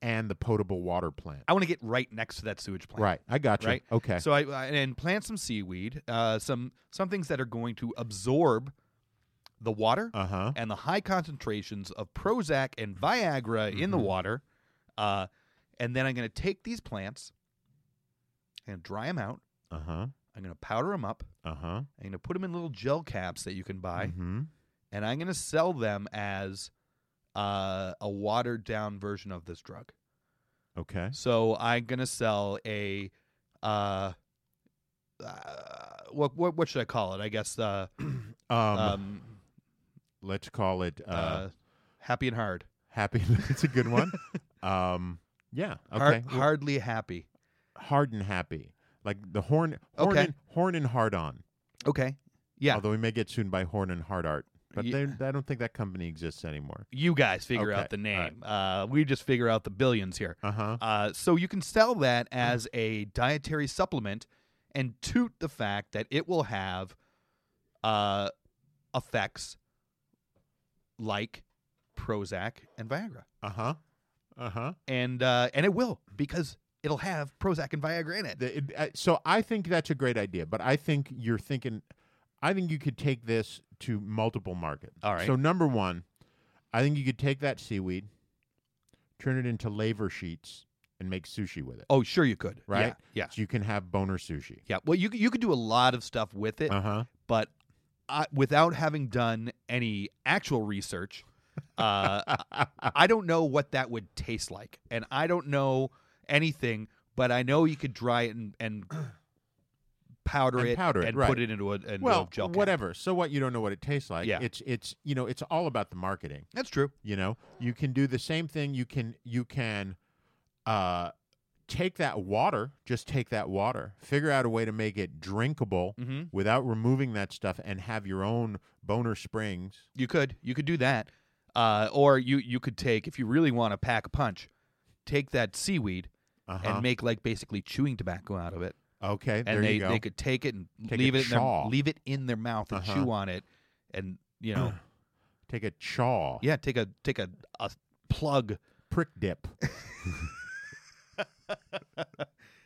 and the potable water plant. I want to get right next to that sewage plant. Right. I got you. Right. Okay. So I, I and plant some seaweed, uh, some some things that are going to absorb the water Uh-huh. and the high concentrations of Prozac and Viagra in Mm-hmm. the water. Uh, and then I'm going to take these plants and dry them out. uh huh. I'm going to powder them up. Uh huh. I'm going to put them in little gel caps that you can buy. hmm and I'm going to sell them as uh, a watered down version of this drug. Okay. So I'm going to sell a uh, uh, what what what should I call it? I guess uh, Um, um, let's call it uh, uh, happy and hard, happy. it's a good one. um, yeah. Okay. Hard- Well, hardly happy. hard and happy. Like the horn, horn Okay. and horn and hard on. Okay, yeah, Although we may get sued by Horn and Hard Art, but Ye- they, I don't think that company exists anymore. you guys figure Okay, out the all right. name. Uh, we just figure out the billions here. Uh huh. Uh, so you can sell that Mm-hmm. as a dietary supplement and toot the fact that it will have uh, effects like Prozac and Viagra, Uh huh. Uh huh. and uh, and it will because it'll have Prozac and Viagra in it. The- it- uh, so I think that's a great idea, but I think you're thinking, I think you could take this to multiple markets. All right. So number one, I think you could take that seaweed, turn it into laver sheets, and make sushi with it. oh, sure you could. Right. Yeah. Yeah. So you can have boner sushi. yeah. Well, you c- you could do a lot of stuff with it, Uh huh. but I, without having done any actual research, uh, I- I don't know what that would taste like, and I don't know anything. But I know you could dry it and, and powder And it powder it, and right. put it into a, into Well, a gel. cap. whatever. So what? You don't know what it tastes like. Yeah. It's it's you know it's all about the marketing. That's true. you know you can do the same thing you can you can uh take that water just take that water figure out a way to make it drinkable Mm-hmm. without removing that stuff and have your own boner springs You could you could do that, uh, or you you could take if you really want to pack a punch, take that seaweed Uh-huh. and make like basically chewing tobacco out of it. okay there and they, you go they could take it and Take a leave it in their, chaw. leave it in their mouth and Uh-huh. chew on it, and you know take a chaw Yeah, take a take a, a plug. prick dip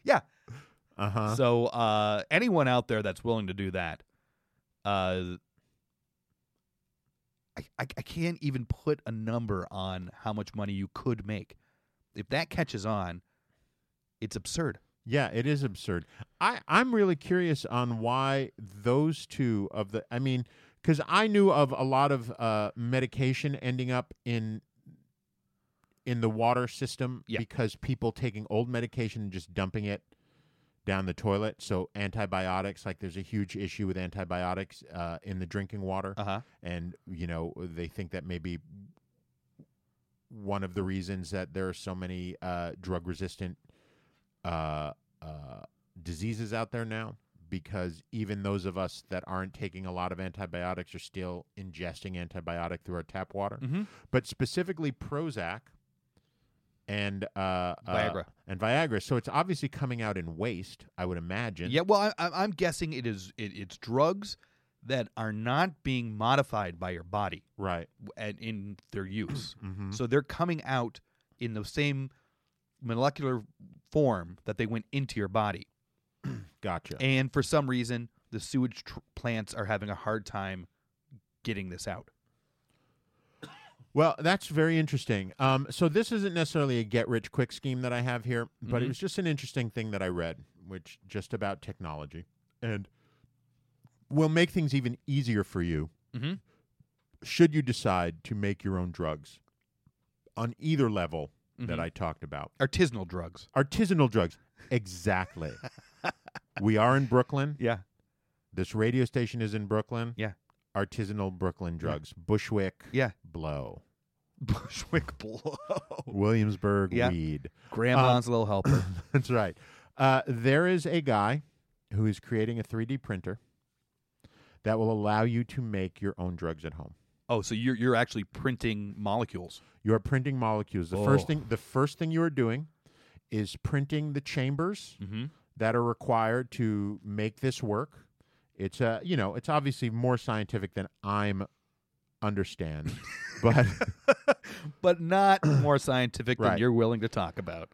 Yeah. uh-huh So uh, anyone out there that's willing to do that, uh, I, I I can't even put a number on how much money you could make. If that catches on, it's absurd. Yeah, it is absurd. I I'm really curious on why those two of the I mean, because I knew of a lot of uh, medication ending up in in the water system Yeah. because people taking old medication and just dumping it down the toilet. So antibiotics, like there's a huge issue with antibiotics uh, in the drinking water, Uh-huh. and you know they think that maybe one of the reasons that there are so many uh, drug resistant uh, uh, diseases out there now because even those of us that aren't taking a lot of antibiotics are still ingesting antibiotic through our tap water. But specifically Prozac and uh, uh, Viagra. and Viagra. So it's obviously coming out in waste, I would imagine. Yeah. Well, I, I, I'm guessing it is it, it's drugs that are not being modified by your body. Right. w- and in their use. So they're coming out in the same molecular form that they went into your body. Gotcha. And for some reason, the sewage tr- plants are having a hard time getting this out. Well, that's very interesting. Um, so this isn't necessarily a get rich quick scheme that I have here, but Mm-hmm. it was just an interesting thing that I read, which just about technology and will make things even easier for you Mhm. should you decide to make your own drugs on either level that Mhm. I talked about. Artisanal drugs. Artisanal drugs. Exactly. we are in Brooklyn. Yeah. This radio station is in Brooklyn. Yeah. Artisanal Brooklyn drugs. Bushwick Yeah. blow. Bushwick blow. Um, Williamsburg Yeah. weed. Grandma's little helper. That's right. Uh, there is a guy who is creating a 3D printer that will allow you to make your own drugs at home. Oh, so you're you're actually printing molecules. You are printing molecules. The Oh. first thing the first thing you are doing is printing the chambers Mm-hmm. that are required to make this work. It's uh, you know, it's obviously more scientific than I'm understand. but But not more scientific than Right. you're willing to talk about.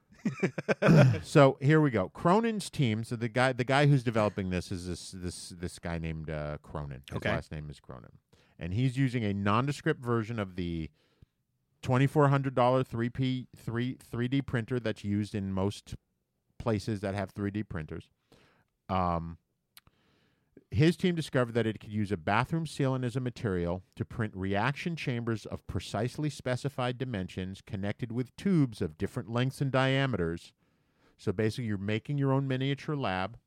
so here we go. Cronin's team. So the guy, the guy who's developing this is this this this guy named uh, Cronin. His Okay. last name is Cronin, and he's using a nondescript version of the twenty four hundred dollar three p three three D printer that's used in most places that have three D printers. Um, his team discovered that it could use a bathroom sealant as a material to print reaction chambers of precisely specified dimensions connected with tubes of different lengths and diameters. So basically, you're making your own miniature lab.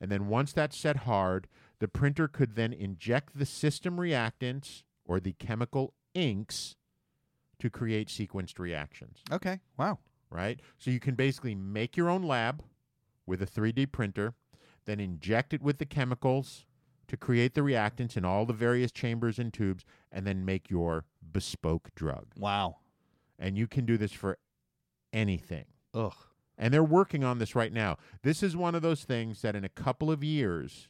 And then once that's set hard, the printer could then inject the system reactants or the chemical inks to create sequenced reactions, Okay. Wow. right? So you can basically make your own lab with a 3D printer, then inject it with the chemicals to create the reactants in all the various chambers and tubes, and then make your bespoke drug. Wow. And you can do this for anything. Ugh. And they're working on this right now. This is one of those things that in a couple of years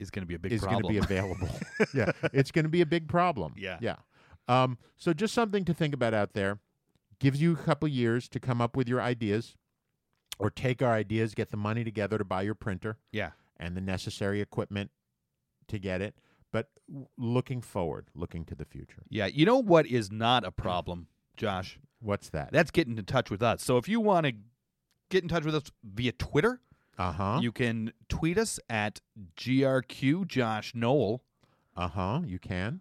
Is going to be a big is going problem. to be available. yeah, it's going to be a big problem. Yeah. Yeah. Um, so just something to think about out there. Gives you a couple years to come up with your ideas or take our ideas, get the money together to buy your printer yeah. and the necessary equipment to get it. But w- looking forward, looking to the future. Yeah. You know what is not a problem, Josh? What's that? That's getting in touch with us. So if you want to get in touch with us via Twitter, Uh huh. you can tweet us at grq Josh Noel. Uh huh. You can.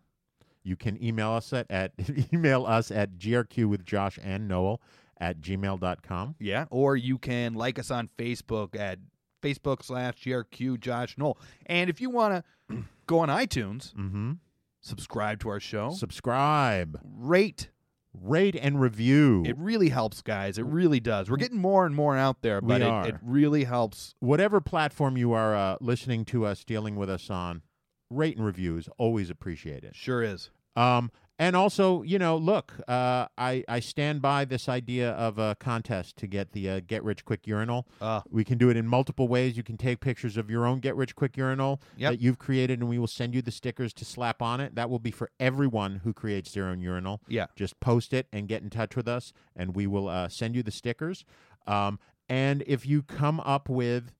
You can email us at, at email us at grq with Josh and Noel at gmail.com. Yeah. Or you can like us on Facebook at Facebook slash GRQ Josh Knoll. And if you want to go on iTunes, Mm-hmm. subscribe to our show, Subscribe, rate. rate, and review. It really helps, guys. It really does. We're getting more and more out there, We but are. it, it really helps. Whatever platform you are uh, listening to us, dealing with us on, rate and review is always appreciated. Sure is. Um, and also, you know, look, uh, I, I stand by this idea of a contest to get the uh, get rich quick urinal. Uh, We can do it in multiple ways. You can take pictures of your own Get Rich Quick urinal Yep. that you've created, and we will send you the stickers to slap on it. That will be for everyone who creates their own urinal. Yeah. Just post it and get in touch with us, and we will uh, send you the stickers. Um, and if you come up with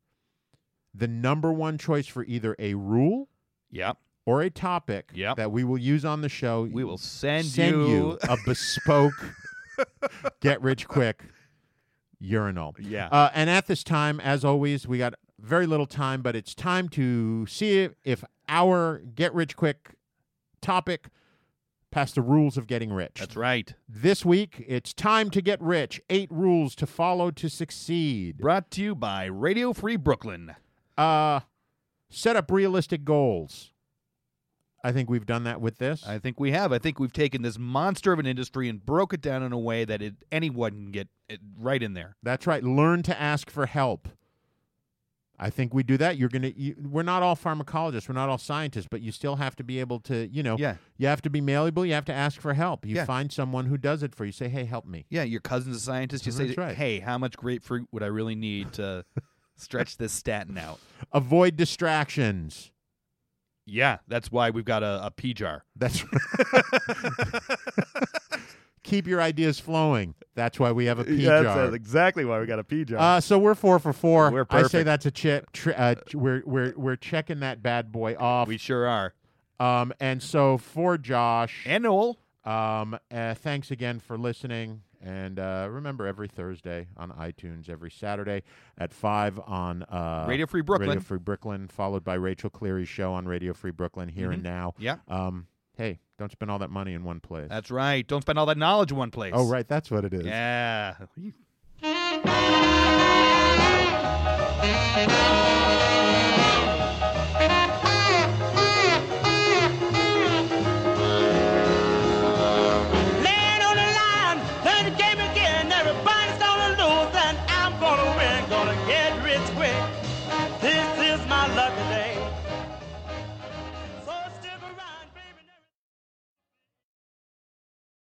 the number one choice for either a rule yeah. or a topic Yep. that we will use on the show, We will send, send you a bespoke Get Rich Quick urinal. yeah. Uh, and at this time, as always, we got very little time, but it's time to see if our get rich quick topic passed the rules of getting rich. That's right. This week, it's time to get rich. Eight rules to follow to succeed. Brought to you by Radio Free Brooklyn. Uh, set up realistic goals. I think we've done that with this. I think we have. I think we've taken this monster of an industry and broke it down in a way that it, anyone can get it right in there. That's right. Learn to ask for help. I think we do that. You're gonna. You, we're not all pharmacologists. We're not all scientists, but you still have to be able to. You know. Yeah. You have to be malleable. You have to ask for help. You Yeah. find someone who does it for you. Say, hey, help me. Yeah, your cousin's a scientist. You Mhm, say, that's right. "Hey, how much grapefruit would I really need to stretch this statin out?" Avoid distractions. Yeah, that's why we've got a, a pee jar. That's. keep your ideas flowing. That's why we have a pee that's, jar. that's exactly why we got a pee jar. Uh, so we're four for 4 We're I say perfect. that's a chip. Tr- uh, ch- we're we're we're checking that bad boy off. we sure are. um, and so for Josh, And Noel. um, uh, thanks again for listening. And uh, remember, every Thursday on iTunes, every Saturday at five on uh, Radio Free Brooklyn. Radio Free Brooklyn, followed by Rachel Cleary's show on Radio Free Brooklyn here and now. Mm-hmm. Yeah. Um, hey, don't spend all that money in one place. That's right. Don't spend all that knowledge in one place. oh, right, that's what it is. Yeah.